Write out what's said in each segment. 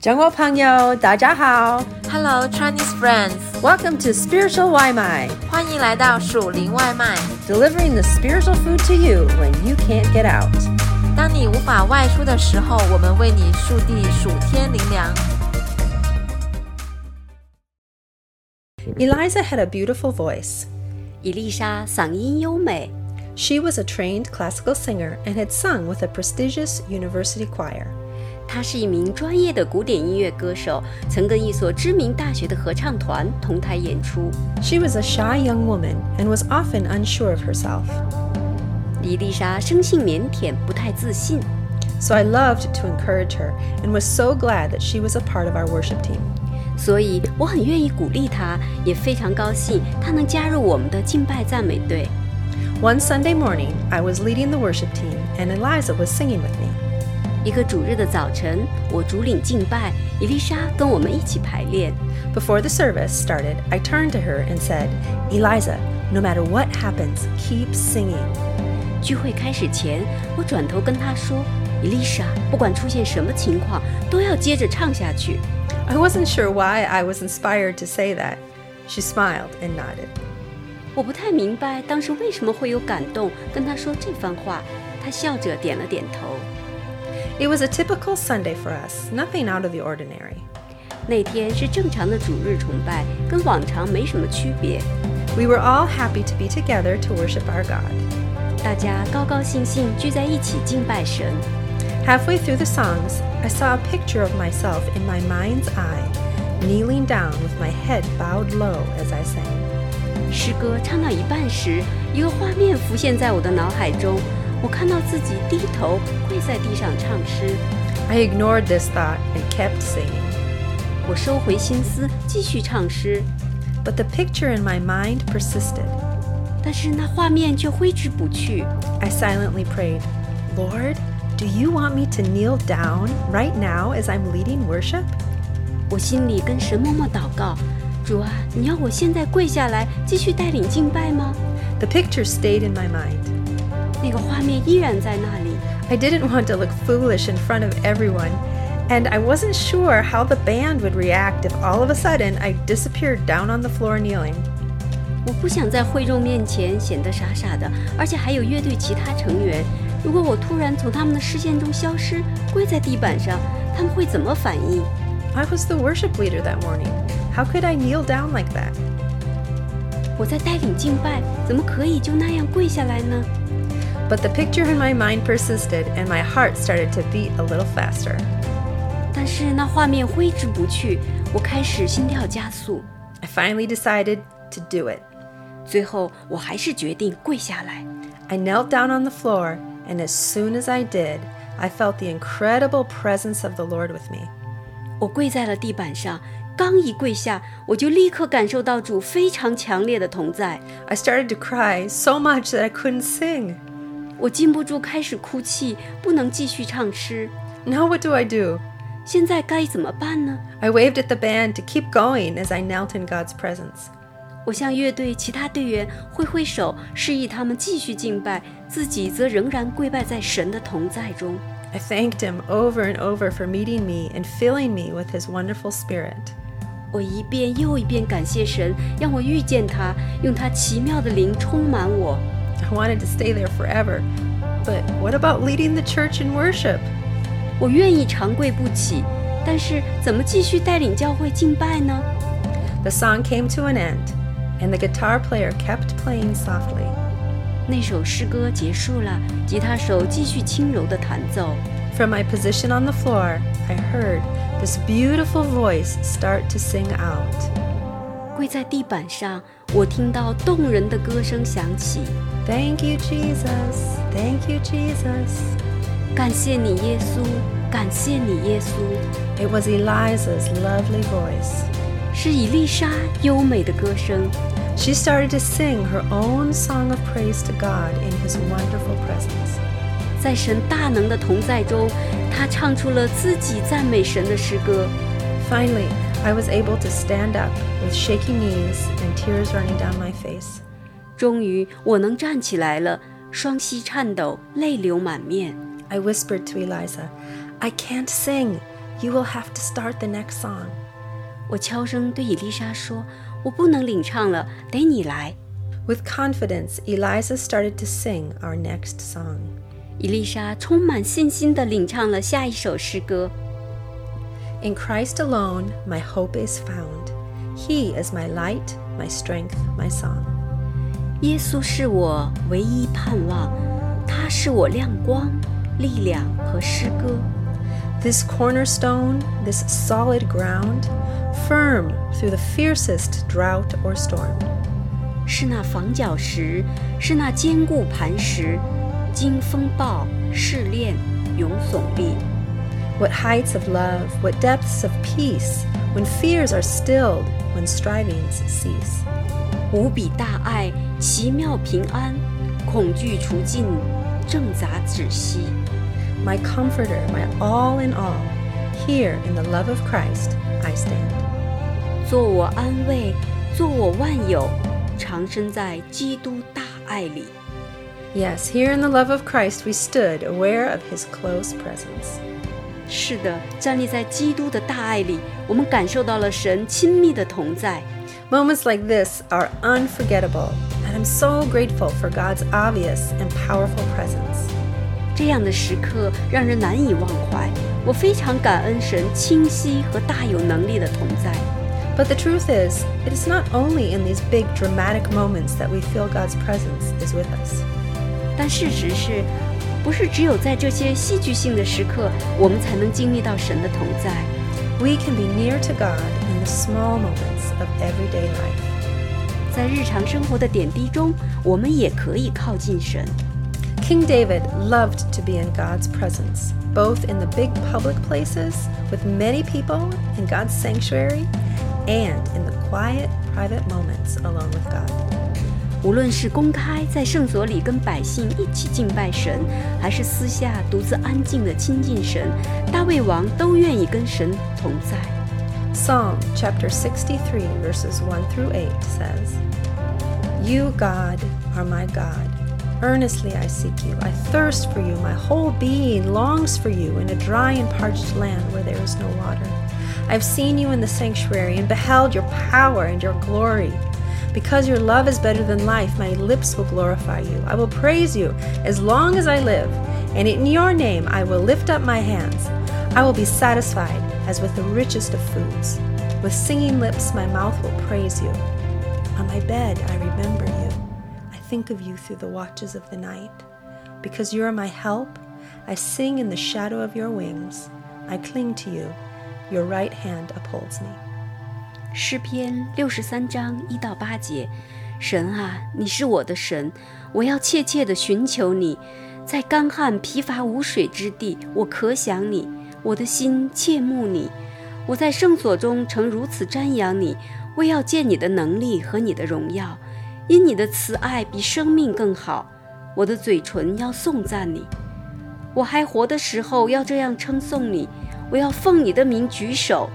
中国朋友，大家好 Hello Chinese friends， ，Welcome to Spiritual 外卖欢迎来到属灵外卖。 ，delivering the spiritual food to you when you can't get out。当你无法外出的时候，我们为你树地属天灵粮。 Eliza had a beautiful voice. 伊丽莎嗓音优美， She was a trained classical singer and had sung with a prestigious university choir. 她是一名专业的古典音乐歌手，曾跟一所知名大学的合唱团同台演出。 She was a shy young woman and was often unsure of herself. 伊丽莎生性腼腆，不太自信， So I loved to encourage her and was so glad that she was a part of our worship team. 所以我很愿意鼓励她，也非常高兴她能加入我们的敬拜赞美队。 One Sunday morning, I was leading the worship team and Eliza was singing with me. 一个主日的早晨，我主领敬拜，伊丽莎跟我们一起排练。 Before the service started, I turned to her and said, Eliza, no matter what happens, keep singing. 聚会开始前，我转头跟她说：“伊丽莎，不管出现什么情况，都要接着唱下去。” I wasn't sure why I was inspired to say that. She smiled and nodded. 我不太明白当时为什么会有感动，跟他说这番话。他笑着点了点头。 It was a typical Sunday for us, nothing out of the ordinary. 那天是正常的主日崇拜，跟往常没什么区别。 We were all happy to be together to worship our God. 大家高高兴兴聚在一起敬拜神。 Halfway through the songs, I saw a picture of myself in my mind's eye, kneeling down with my head bowed low as I sang. 诗歌唱到一半时，一个画面浮现在我的脑海中，我看到自己低头跪在地上唱诗。 I ignored this thought and kept singing. 我收回心思，继续唱诗， But the picture in my mind persisted. 但是那画面却挥之不去。 I silently prayed, Lord, do you want me to kneel down right now as I'm leading worship? 我心里跟神默默祷告：“主啊，你要我现在跪下来继续带领敬拜吗 The picture stayed in my mind.？” 那个画面依然在那里。 I didn't want to look foolish in front of everyone, and I wasn't sure how the band would react if all of a sudden I disappeared down on the floor kneeling. 我不想在会众面前显得傻傻的，而且还有乐队其他成员。如果我突然从他们的视线中消失，跪在地板上，他们会怎么反应？ I was the worship leader that morning. How could I kneel down like that? 我在带领敬拜，怎么可以就那样跪下来呢？ But the picture in my mind persisted, and my heart started to beat a little faster. 但是那画面挥之不去，我开始心跳加速， I finally decided to do it. 最后我还是决定跪下来。 I knelt down on the floor, and as soon as I did, I felt the incredible presence of the Lord with me. 我跪在了地板上，刚一跪下，我就立刻感受到主非常强烈的同在， I started to cry so much that I couldn't sing. 我禁不住开始哭泣，不能继续唱诗。 Now, what do I do? 现在该怎么办呢？ I waved at the band to keep going as I knelt in God's presence. 我向乐队其他队员挥挥手，示意他们继续敬拜，自己则仍然跪拜在神的同在中。 I thanked Him over and over for meeting me and filling me with His wonderful Spirit. 我一遍又一遍感谢神，让我遇见他，用他奇妙的灵充满我。 I wanted to stay there forever. But what about leading the church in worship? 我愿意长跪不起，但是怎么继续带领教会敬拜呢？ The song came to an end, and the guitar player kept playing softly. 那首诗歌结束了，吉他手继续轻柔地弹奏。 From my position on the floor, I heard this beautiful voice start to sing out 跪在地板上，我听到动人的歌声响起。 Thank you, Jesus. Thank you, Jesus. 感谢你，耶稣！感谢你，耶稣！ It was Eliza's lovely voice. 是以丽莎优美的歌声。 She started to sing her own song of praise to God in His wonderful presence. 在神大能的同在中，她唱出了自己赞美神的诗歌。 Finally, I was able to stand up with shaking knees and tears running down my face. 终于，我能站起来了，双膝颤抖，泪流满面。 I whispered to Eliza, I can't sing. You will have to start the next song. 我悄声对伊丽莎说：“我不能领唱了，得你来。 With confidence, Eliza started to sing our next song. ”伊丽莎充满信心地领唱了下一首诗歌。 In Christ alone, my hope is found. He is my light, my strength, my song. 耶稣是我唯一盼望，他是我亮光、力量和诗歌。 This cornerstone, this solid ground, firm through the fiercest drought or storm, 是那防角石，是那坚固磐石，经风暴、试炼、永耸立。 what heights of love, what depths of peace, when fears are stilled, when strivings cease. 无比大爱，奇妙平安，恐惧除尽，正杂止息。 My comforter, my all in all, here in the love of Christ I stand. 做我安慰，做我万有，常身在基督大爱里。 Yes, here in the love of Christ we stood, aware of his close presence. 是的，站立在基督的大爱里，我们感受到了神亲密的同在。 Moments like this are unforgettable, and I'm so grateful for God's obvious and powerful presence. 这样的时刻让人难以忘怀。我非常感恩神清晰和大有能力的同在。 But the truth is, it is not only in these big dramatic moments that we feel God's presence is with us. 但事实是，不是只有在这些戏剧性的时刻，我们才能经历到神的同在。 We can be near to God in the small moments of everyday life. 在日常生活的点滴中，我们也可以靠近神。 King David loved to be in God's presence, both in the big public places with many people in God's sanctuary and in the quiet, private moments alone with God. 无论是公开在圣所里跟百姓一起敬拜神，还是私下独自安静的亲近神，大卫王都愿意跟神同在。 Psalm chapter 63, verses 1 through 8 says, You, God, are my God. Earnestly I seek you. I thirst for you. My whole being longs for you in a dry and parched land where there is no water. I've seen you in the sanctuary and beheld your power and your glory. Because your love is better than life, my lips will glorify you. I will praise you as long as I live, and in your name I will lift up my hands. I will be satisfied as with the richest of foods. With singing lips, my mouth will praise you. On my bed, I remember you. I think of you through the watches of the night. Because you are my help, I sing in the shadow of your wings. I cling to you. Your right hand upholds me. 诗篇六十三章一到八节：神啊，你是我的神，我要切切地寻求你。在干旱疲乏无水之地，我可想你，我的心切慕你。我在圣所中曾如此瞻仰你，为要见你的能力和你的荣耀，因你的慈爱比生命更好。我的嘴唇要颂赞你，我还活的时候要这样称颂你，我要奉你的名举手。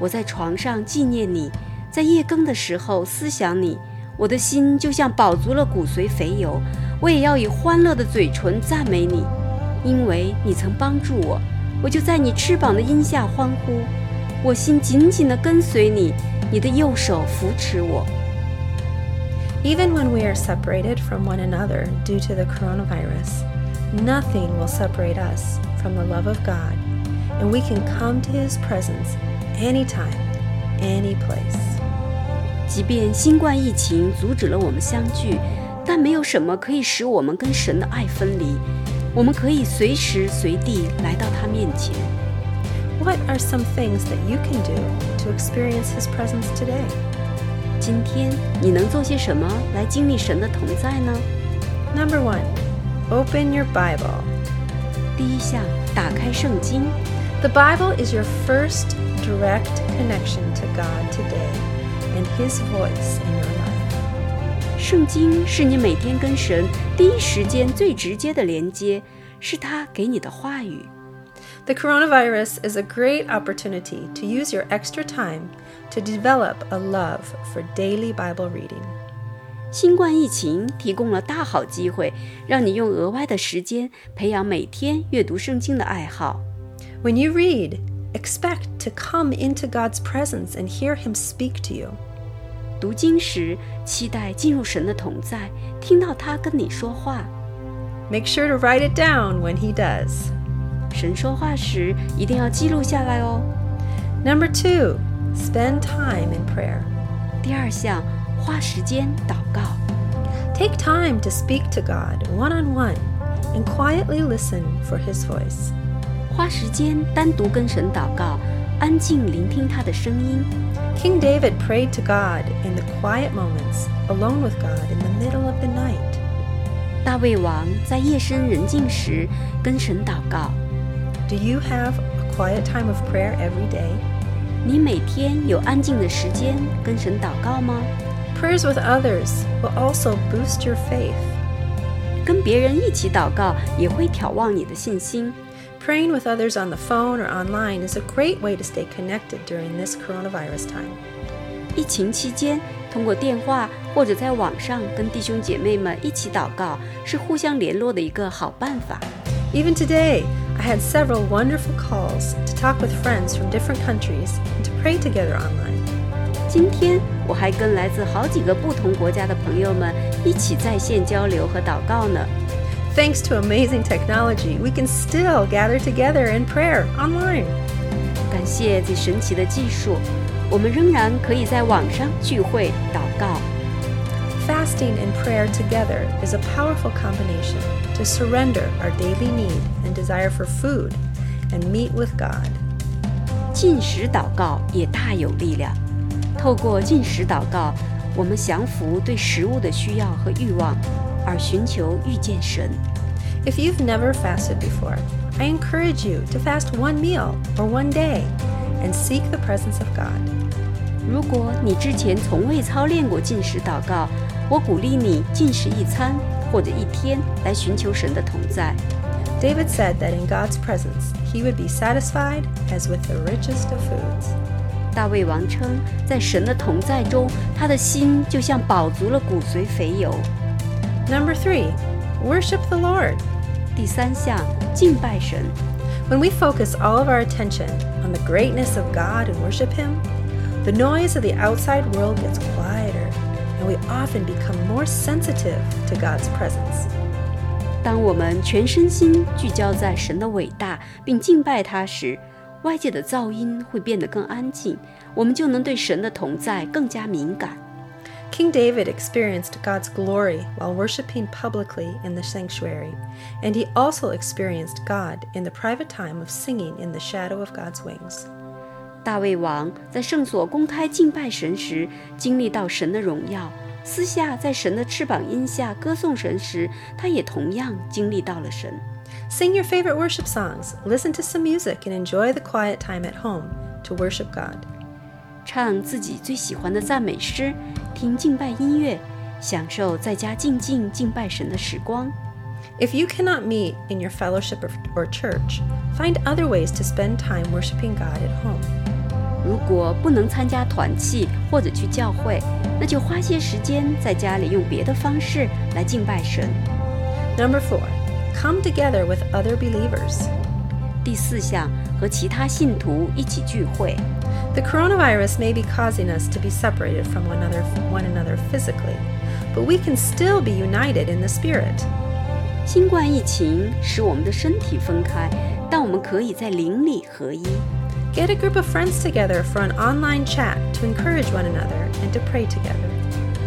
我在床上纪念你，在夜更的时候思想你，我的心就像饱足了骨髓肥油，我也要以欢乐的嘴唇赞美你，因为你曾帮助我，我就在你翅膀的荫下欢呼，我心紧紧地跟随你，你的右手扶持我。 Even when we are separated from one another due to the coronavirus, nothing will separate us from the love of God, and we can come to His presence anytime, any place. 即便新冠疫情阻止了我们相聚，但没有什么可以使我们跟神的爱分离。我们可以随时随地来到他面前。 What are some things that you can do to experience His presence today? 今天你能做些什么来经历神的同在呢？ Number one, open your Bible. 第一项，打开圣经。 The Bible is your first direct connection to God today and His voice in your life. 圣经是你每天跟神第一时间最直接的连接，是他给你的话语。 The coronavirus is a great opportunity to use your extra time to develop a love for daily Bible reading. 新冠疫情提供了大好机会，让你用额外的时间培养每天阅读圣经的爱好。 When you read, Expect to come into God's presence and hear Him speak to you. 读经时期待进入神的同在，听到他跟你说话。 Make sure to write it down when He does. 神说话时一定要记录下来哦。 Number two, spend time in prayer. 第二项，花时间祷告。 Take time to speak to God one on one and quietly listen for His voice. 花时间单独跟神祷告，安静聆听他的声音。 King David prayed to God in the quiet moments, alone with God in the middle of the night. 大卫王在夜深人静时跟神祷告。 Do you have a quiet time of prayer every day? 你每天有安静的时间跟神祷告吗？ Prayers with others will also boost your faith. 跟别人一起祷告也会挑旺你的信心。 Praying with others on the phone or online is a great way to stay connected during this coronavirus time. 疫情期间，通过电话或者在网上跟弟兄姐妹们一起祷告，是互相联络的一个好办法。 Even today, I had several wonderful calls to talk with friends from different countries and to pray together online. 今天我还跟来自好几个不同国家的朋友们一起在线交流和祷告呢。 Thanks to amazing technology, we can still gather together in prayer online. 感谢这神奇的技术，我们仍然可以在网上聚会祷告。 Fasting and prayer together is a powerful combination to surrender our daily need and desire for food and meet with God. 进食祷告也大有力量。透过进食祷告，我们降服对食物的需要和欲望，而寻求遇见神。 If you've never fasted before, I encourage you to fast one meal or one day and seek the presence of God. 如果你之前从未操练过进食祷告，我鼓励你进食一餐或者一天来寻求神的同在。 David said that in God's presence, he would be satisfied as with the richest of foods. 大卫王称，在神的同在中，他的心就像饱足了骨髓肥油。 Number three, worship the Lord. 第三项，敬拜神。 When we focus all of our attention on the greatness of God and worship Him, the noise of the outside world gets quieter, and we often become more sensitive to God's presence. 当我们全身心聚焦在神的伟大并敬拜他时，外界的噪音会变得更安静，我们就能对神的同在更加敏感。 King David experienced God's glory while worshiping publicly in the sanctuary, and he also experienced God in the private time of singing in the shadow of God's wings. 大卫王在圣所公开敬拜神时，经历到神的荣耀；私下在神的翅膀荫下歌颂神时，他也同样经历到了神。 Sing your favorite worship songs, listen to some music, and enjoy the quiet time at home to worship God. 唱自己最喜欢的赞美诗，听敬拜音乐，享受在家静静敬拜神的时光。 If you cannot meet in your fellowship or, or church, find other ways to spend time worshiping God at home. 如果不能参加团契或者去教会，那就花些时间在家里用别的方式来敬拜神。 Number four, come together with other believers. 第四项，和其他信徒一起聚会。 The coronavirus may be causing us to be separated from one another, one another physically, but we can still be united in the Spirit. 新冠疫情使我们的身体分开，但我们可以在灵里合一。 Get a group of friends together for an online chat to encourage one another and to pray together.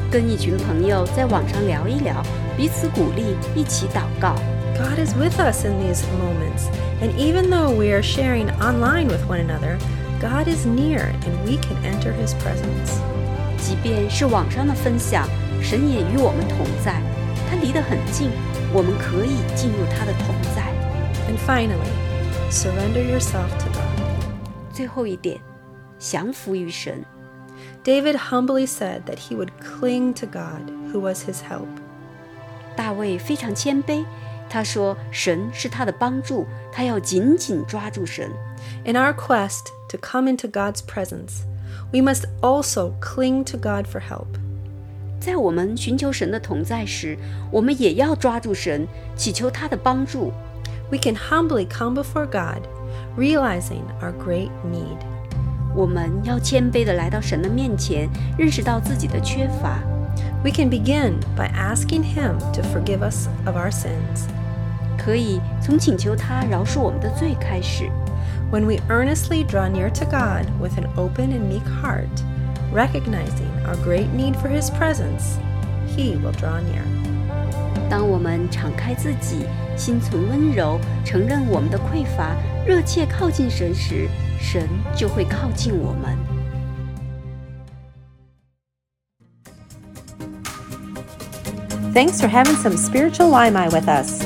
跟一群朋友在网上聊一聊，彼此鼓励，一起祷告。 God is with us in these moments, and even though we are sharing online with one another, God is near and we can enter His presence. 即便是网上的分享，神也与我们同在，他离得很近，我们可以进入他的同在。 And finally, surrender yourself to God. 最后一点，降服于神。 David humbly said that he would cling to God, who was his help. 大卫非常谦卑，他说：“神是他的帮助，他要紧紧抓住神。 In our quest to come into God's presence, we must also cling to God for help. ”在我们寻求神的同在时，我们也要抓住神，祈求他的帮助。 We can humbly come before God, realizing our great need. 我们要谦卑地来到神的面前，认识到自己的缺乏。 We can begin by asking Him to forgive us of our sins. 可以从请求他饶恕我们的罪开始。 When we earnestly draw near to God with an open and meek heart, recognizing our great need for His presence, He will draw near. 当我们敞开自己，心存温柔，承认我们的匮乏，热切靠近神时，神就会靠近我们。 Thanks for having some spiritual lime eye with us.